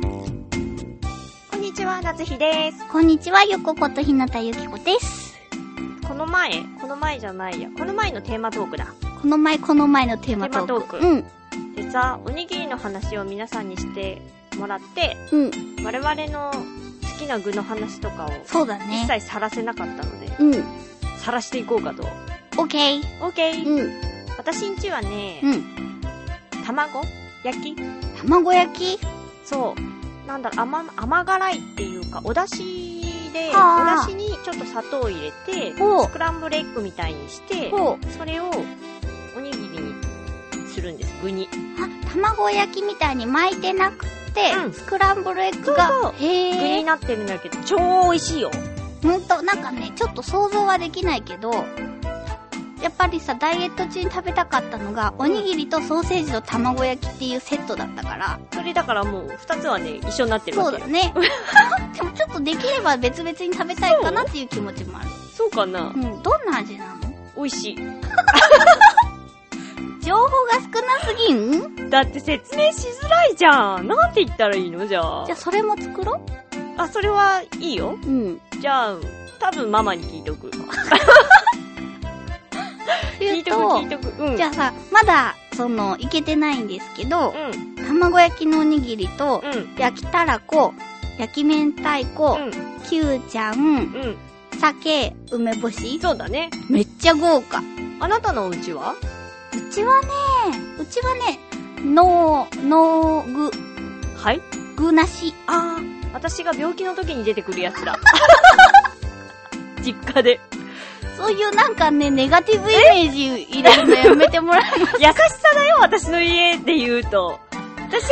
こんにちは、夏日です。こんにちはゆっこことひなたゆきこですこの前、この前じゃないや、この前のテーマトークだ。この前この前のテーマトークテーうん実は、おにぎりの話を皆さんにしてもらって、うん我々の好きな具の話とかをそうだ一ね切さらせなかったので、うんさらしていこうかと。オッケー OK! うん私んちはね、うん卵焼き卵焼きそう。なんだろう、甘、甘辛いっていうか、お出汁で、おはあ出汁にちょっと砂糖を入れて、ほうスクランブルエッグみたいにして、ほうそれをおにぎりにするんです、具に。あ卵焼きみたいに巻いてなくて、うんスクランブルエッグがそうそう具へにえなってるんだけど、超美味しいよ。ほんとなんかねちょっと想像はできないけどやっぱりさダイエット中に食べたかったのがおにぎりとソーセージと卵焼きっていうセットだったから、それだからもう、二つはね、一緒になってるそわうけだよ。ね でもちょっとできれば別々に食べたいかなっていう気持ちもあるそうかなう、んどんな味なの美味しい。情報が少なすぎんだって説明しづらいじゃん。なんて言ったらいいのじゃあじゃあ。それも作ろあ、それはいいよ。ううんじゃあ、多分ママに聞いとく。って聞いいうととく、聞いとく。うん。じゃあさまだそのいけてないんですけど、うん、卵焼きのおにぎりと、うん、焼きたらこ、焼き明太子、うきゅうちゃん、ん、うん。酒、梅干し。そうだね。めっちゃ豪華。うあなたのお家はちはね、うちはね、のー、のーはい。ぐ、ぐなし。あー、私が病気の時に出てくるや つだ。実家で。そういうなんかね、ネガティブイメージ入れ るのやめてもらえ優しさだよ、私の家で言うと。私、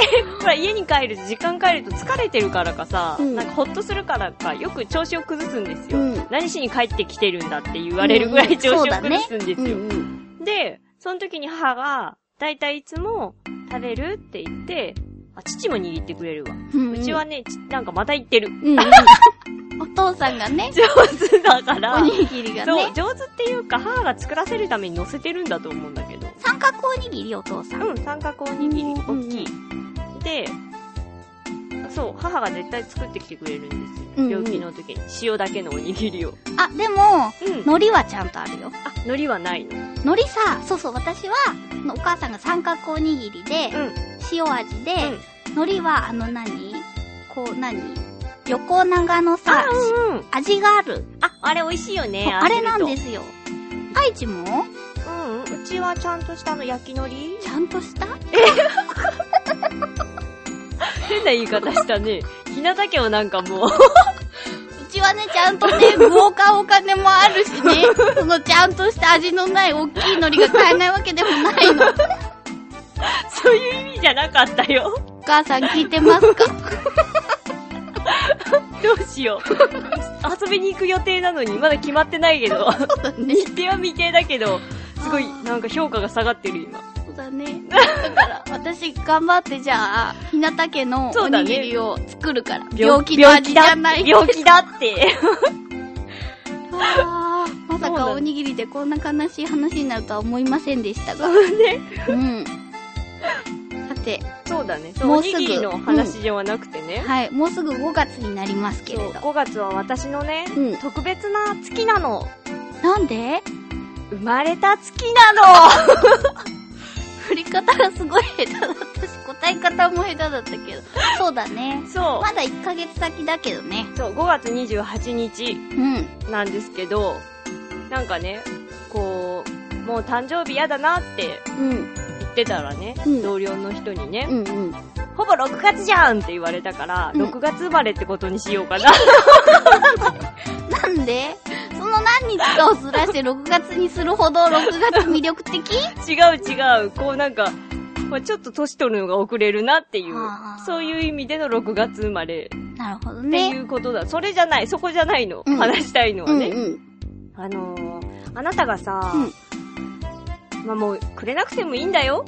ほら、家に帰ると、時間帰ると疲れてるからかさ、うんなんかほっとするからか、よく調子を崩すんですよ。うん何しに帰ってきてるんだって言われるぐらうんういん調そう子をだね崩すんですうよ。んうん。で、その時に母が、だいたいいつも食べるって言って、あ、父も握ってくれるわ。うんうちは、ね、ちなんかまた行ってる。 うんうん。お父さんがね、上手だから。おにぎりがそう、ね。上手っていうか、母が作らせるために乗せてるんだと思うんだけど。三角おにぎり、お父さん。うん、三角おにぎり、うん大きい。で、そう、母が絶対作ってきてくれるんですよ。うんうん病気の時に。塩だけのおにぎりを。あ、でも、うん。あ、海苔はちゃんとあるよ。海苔はないの。海苔さ、そうそう、私は、お母さんが三角おにぎりで、うん塩味で、海苔はあの何こう何横長のさ、しうん。味がある。あ、あれ美味しいよね。。あれなんですすよ。愛知もうん、うちはちゃんとしたあの焼き海苔ちゃんとした 変な言い方したね。日向家はなんかもう、 うちはね、ちゃんと ね、豪華お金もあるし ね、そのちゃんとした味のない大きい海苔が買えないわけでもないの。そういう意味じゃなかった よ。お母さん聞いてますかどうしよ う。遊びに行く予定なのに、まだ決まってないけど。そうだ ね。日程は未定だけど、すごいあー、なんか評価が下がってる今。そうだね。だから、 私頑張ってじゃあ、日向家のそおうだにねぎりを作るから。病気の味じゃない。病気だって。あーまさそうだかねおにぎりでこんな悲しい話になるとは思いませんでしたが。うん。さて、 そうだね。もそう、おうすにぐぎりの話ではなくてね。はい、もうすぐ5月になりますけそれう、ど。 5月は私のね、うん特別な月なの。なんで生まれた月なの振り方がすごい下手だったし、答え方も下手だったけど。そうだね。そまだ1ヶ月先だけどね。う。そう、5月28日うん。なんですけど、なんかね、こう、もう誕生日嫌だなってうん。言ってたらね、うん同僚の人にね、うんうん。ほぼ6月じゃんって言われたから、うん6月生まれってことにしようかな。なんでその何日かをずらして6月にするほど6月魅力的違う違う。こうなんか、まあ、ちょっと年取るのが遅れるなっていうあー、そういう意味での6月生まれなるほどっていね。うことだ。それじゃない、そこじゃないの。うん話したいのはうんね。うん。あのー、あなたがさ、まあもうくれなくてもいいんだ よ。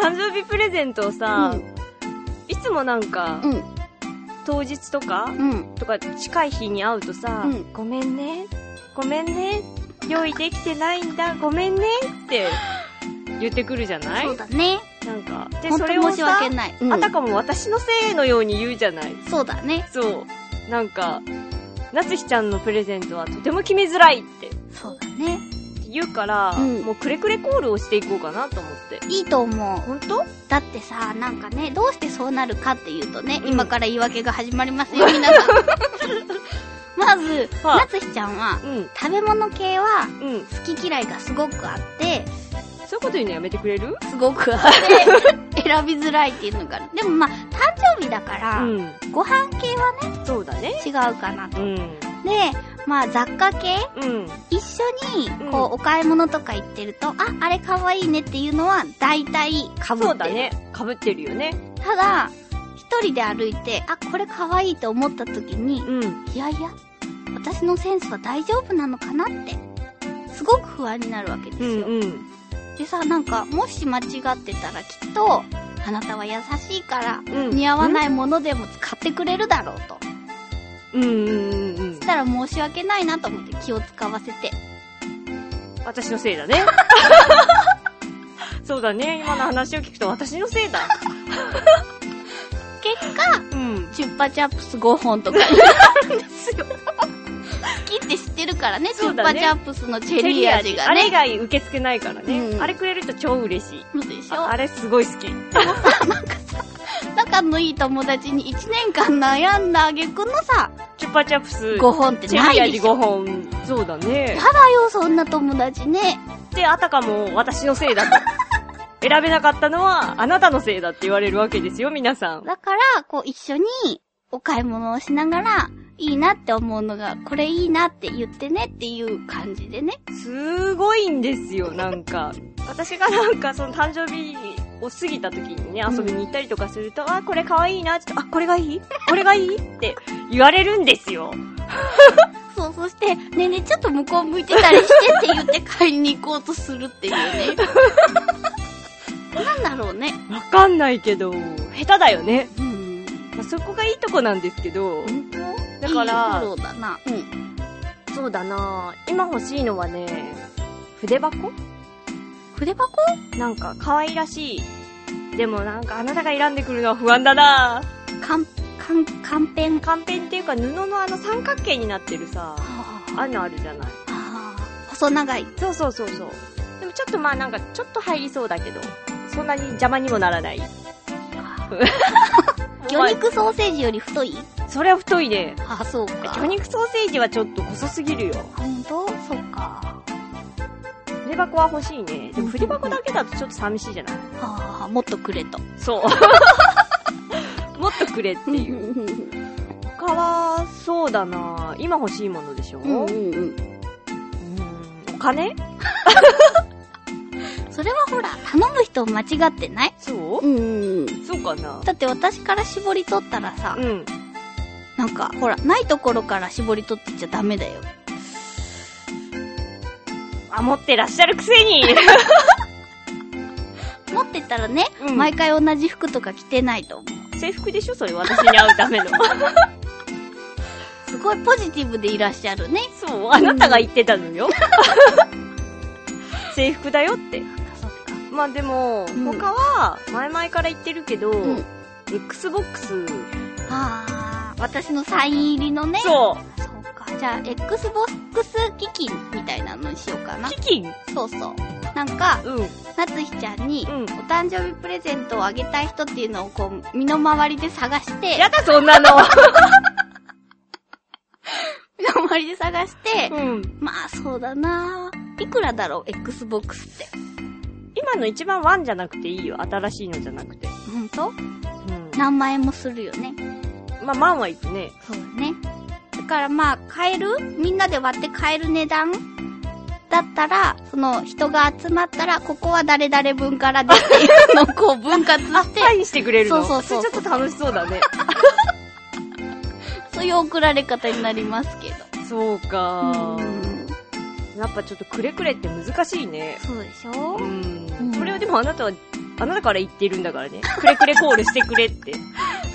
誕生日プレゼントをさ、うんいつもなんか、うん。当日とか、うん。とか近い日に会うとさ、うんごめんね、ごめんね、用意できてないんだ、ごめんねって言ってくるじゃないそうだね。なんか。で、本そ当れを申しさ訳、ない。うんあたかも私のせいのように言うじゃない。そうだね。そう。なんか、なつひちゃんのプレゼントはとても決めづらいってそうだね。言うから、うんもうくれくれコールをしていこうかなと思って。いいと思う。ほんとだってさ、なんかね、どうしてそうなるかっていうとね、うん今から言い訳が始まりますよ、皆さん。 まず、はいなつひちゃんは、うん。食べ物系はうん。好き嫌いがすごくあって、そういうこと言うのやめてくれるすごくあって、 選びづらいっていうのがある。でもまあ、誕生日だから、うん。ご飯系はそうだね。違うかなと。うん。で、まあ、雑貨系うん。一緒にうん、こう、お買い物とか行ってると、あ、あれ可愛いねっていうのは、大体被ってる。そうだね。被ってるよね。ただ、一人で歩いて、あ、これ可愛いと思った時に、うん。いやいや、私のセンスは大丈夫なのかなって、すごく不安になるわけですうよ。んうん。でさ、なんか、もし間違ってたらきっと、あなたは優しいから、うん似合わい。ないものでも買ってくれるだろうと。うんうんうんうんそし。たら申し訳ないなと思って気を使わせて。私のせい だね。そうだね。今の話を聞くと私のせいだ。結果、うん。チュッパチャップス5本とかになるんですよ。好きって知ってるからね、チそュうッだパねチャップスのチェリー味があれ以ね。外受け付けないからね。うんあれくれると超嬉しい。そうでしょああれすごい好き。仲のいい友達に1年間悩んだ挙句のさ、チュッパチャプス。 5本ってチなェリーいで味しょ。 5本。そうだね。だよ、そんな友達ね。で、あたかも私のせいだと。 選べなかったのはあなたのせいだって言われるわけですよ、皆さん。だから、こう一緒にお買い物をしながら、いいなって思うのが、これいいなって言ってねっていう感じでね。すごいんですよ、なんか。私がなんかその誕生日を過ぎた時にね、遊びに行ったりとかすると、あ、これ可愛いな、ちょっと、あ、これがいいこれがいいって言われるんですよ。そう、そして、ねえねえ、ちょっと向こう向いてたりしてって言って買いに行こうとするっていう ね。なんだろうね。わかんないけど、下手だよね。うん。まあそこがいいとこなんですけど、本当だいいからフォローだな。うん。そうだな今欲しいのはね、筆箱筆箱なんか可愛らしい。でもなんかあなたが選んでくるのは不安だなかん、かん、かんぺん。は乾ペンっていうか布のあの三角形になってるさ、ああんのあるじゃない。あー細長い。そうそうそうそう。でもちょっとまあなんかちょっと入りそうだけど、そんなに邪魔にもならない。魚肉ソーセージより太いそれは太いね。あ、そうか。魚肉ソーセージはちょっと細すぎるよ。本当そうか。筆箱は欲しいね。でも筆箱だけだとちょっと寂しいじゃないはあ、もっとくれと。そう。 もっとくれっていう。ん他は、そうだな今欲しいものでしょうんううん。ーんお金それはほら、頼む人間違ってないそううんうんうん。そうかなだって私から絞り取ったらさ、うん。なんか、ほら、ないところから絞り取ってちゃダメだよ。あ、持ってらっしゃるくせに持ってたらね、 うん毎回同じ服とか着てないと思う。制服でしょそれ私に会うための。すごいポジティブでいらっしゃるね。そう、あなたが言ってたのよ。 制服だよって。そっか。まあでも、ん他は、前々から言ってるけど、ん Xbox。あー、私のサイン入りのね。そそうか。じゃあ、Xbox 基金みたいなのにしようかう、な。基金そうそう。なんか、うん、なつひちゃんに、うんお誕生日プレゼントをあげたい人っていうのをこう、身の回りで探して、やだそんな の身の回りで探して、うん。まあそうだなぁいくらだろう、Xbox って。今の一番ワンじゃなくていいよ。新しいのじゃなくて。ほんとうん。何万円もするよね。まあ、万はいくね。そうだね。だからまあ、買えるみんなで割って買える値段だったら、その人が集まったら、ここは誰々分からでっていうのをこう分割して、 サインしてくれるのそうそうそうれちょっと楽しそうだね。そういう送られ方になりますけど。そうかうんやっぱちょっとくれくれって難しいね。そうでしうょん。それをでもあなたは、あなたから言ってるんだからね。くれくれコールしてくれって。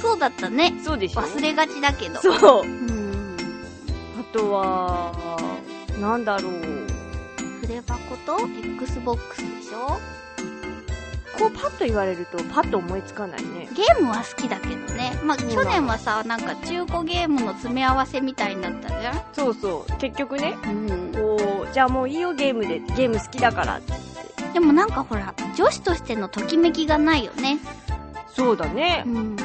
そうだったね。そうでしょ忘れがちだけど。そう。うん。あとは、なんだろう。筆箱と Xbox でしょこうパッと言われると、パッと思いつかないね。ゲームは好きだけどね。まあ、そう去なの年はさ、なんか中古ゲームの詰め合わせみたいになったじゃそうそう。結局ね、んうん。こう、じゃあもういいよゲームで、ゲーム好きだからって。でもなんかほら、女子としてのときめきがないよね。そうだねう。ん。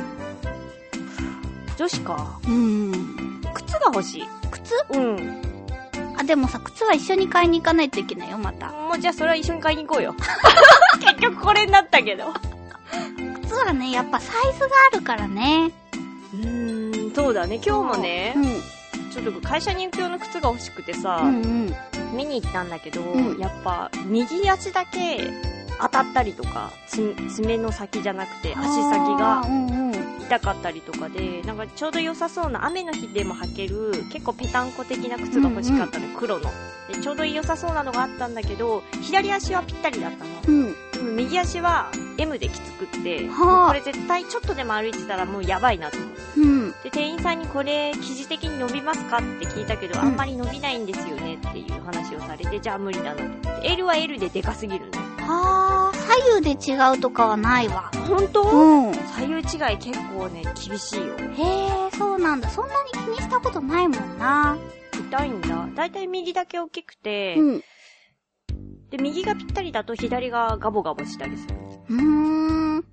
女子か。うん。靴が欲しい。靴うん。あ、でもさ、靴は一緒に買いに行かないといけないよ、また。もうじゃあそれは一緒に買いに行こう よ。結局これになったけど。靴はね、やっぱサイズがあるからね。うーん、そうだね。今日もねう、ちょっと会社に行く用の靴が欲しくてさ、ん。うんうん。見に行ったんだけど、うんやっぱ右足だけ当たったりとか、つ爪の先じゃなくて足先あがーうんうん。痛かったりとかで、なんかちょうど良さそうな雨の日でも履ける、結構ペタンコ的な靴が欲しかったの、黒の。で、ちょうど良さそうなのがあったんだけど、左足はぴったりだったの。うん。でも右足は M できつくって、はあこれ絶対ちょっとでも歩いてたらもうやばいなと思って。うん。で、店員さんにこれ、生地的に伸びますかって聞いたけど、うんあんまり伸びないんですよねっていう話をされて、じゃあ無理だなと思って。L は L ででかすぎるね。あー、左右で違うとかはないわ。本当、うん。へ左右違い結構ね、厳しいよ。ー、そうなんだ。そんなに気にしたことないもんな。痛いんだ。だいたい右だけ大きくて、うん。で、右がぴったりだと左がガボガボしたりする。うーん。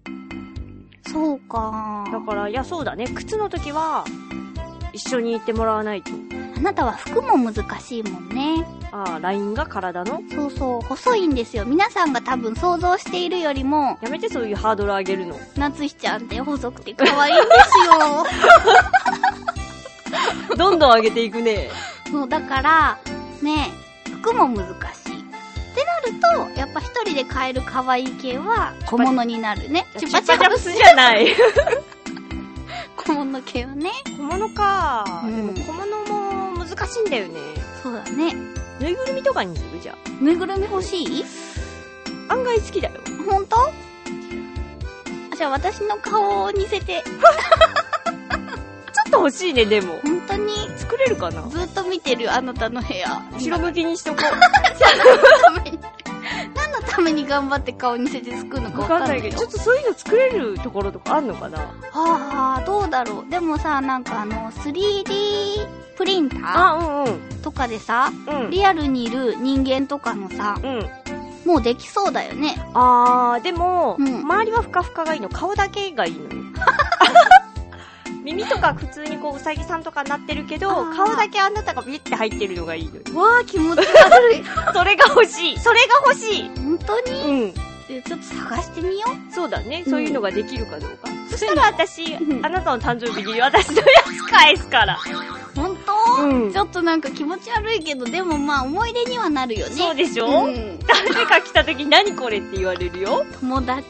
そうか。だから、いや、そうだね。靴の時は、一緒に行ってもらわないと。あなたは服も難しいもんね。ああ、ラインが体のそうそう、細いんですよ。皆さんが多分想像しているよりも、やめてそういうハードル上げるの。夏日ちゃんって細くて可愛いん ですどんどん上げていくね。よ。そう、だから、ね、服も難しい。ってなると、やっぱ一人で買える可愛い系は小物になるね。チュッパチャップスじゃない。小物系はね。小物か、うんでも小物も難しいんだよね。そうだね。ぬいぐるみとかにするじゃん。ぬいぐるみ欲しい案外好きだよ。ほんとあじゃあ私の顔を似せて、ちょっと欲しいね、でも。本当に作れるかなずっと見てるよ、あなたの部屋。後ろ向きにしとこために。 何のために頑張って顔にせて作るのう。かわ わかかんんなないいけけど。ど。ちょっとそういうの作れるところとかあんのかなはあ、どうだろう。でもさ、なんかあの、3D プリンタあ、うんうん。ーとかでさ、うん。リアルにいる人間とかのさ、うん。もうできそうだよね。あー、でも、うん周りはふかふかがいいの。顔だけがい いのよ。耳とか普通にこう、うさぎさんとかなってるけど、あー顔だけあなたがビュって入ってるのがいいのよ。わあ、気持ち悪い。それが欲しいそれが欲しい 本当にうん。えちょっと探してみよう。そうだね。うんそういうのができるかどうか。そしたら私、うんあなたの誕生日に私のやつ返すから。本う当ちょっとなんか気持ち悪いけど、でもまあ思い出にはなるよね。そうでしょ、うん誰か来た時に何これって言われるよ。友達。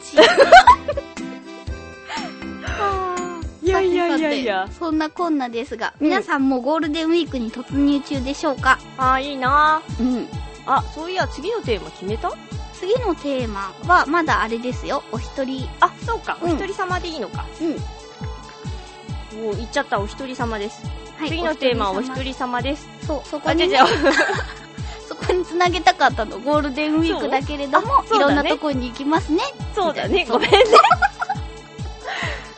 はあいやいやいやいやさてさてそんなこんなですが、皆さんもゴールデンウィークに突入中でしょうかあー、いいなうん。あ、そういや、次のテーマ決めた次のテーマは、まだあれですよ。お一人。あ、そうか。おうん一人様でいいのか。うん。もう言っちゃった、お一人様です。はい。次のテーマはお一様。人様です。そう、そこあ、違うに違ね、う。そこに繋げたかったの。ゴールデンウィークだけれども、そういろんそうだなねとこに行きますね。そうだ ね。そうごめんね。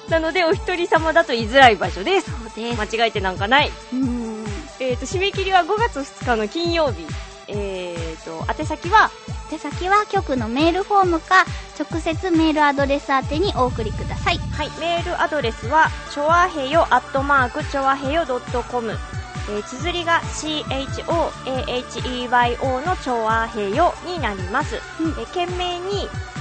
なので、お一人様だと居づらい場所です。そうです。間違えてなんかない。うん。えっ、と、締め切りは5月2日の金曜日。えっ、と、宛先は、手先は局のメールフォームか、直接メールアドレス宛てにお送りください。はい、メールアドレスは、ちょわへよ、アットマーク、ちょわへよ .com。えー綴りが CHOAHEYO の調和併用になります、うんえー懸命に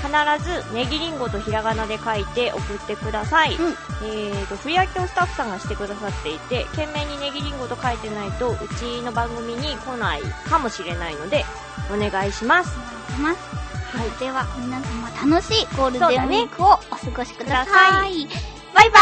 必ずネギリンゴとひらがなで書いて送ってください、うんえーと振り分けをスタッフさんがしてくださっていて懸命にネギリンゴと書いてないとうちの番組に来ないかもしれないのでお願いしますいます。はい、では皆様楽しいゴールデンウィークをお過ごしください。くださバイバ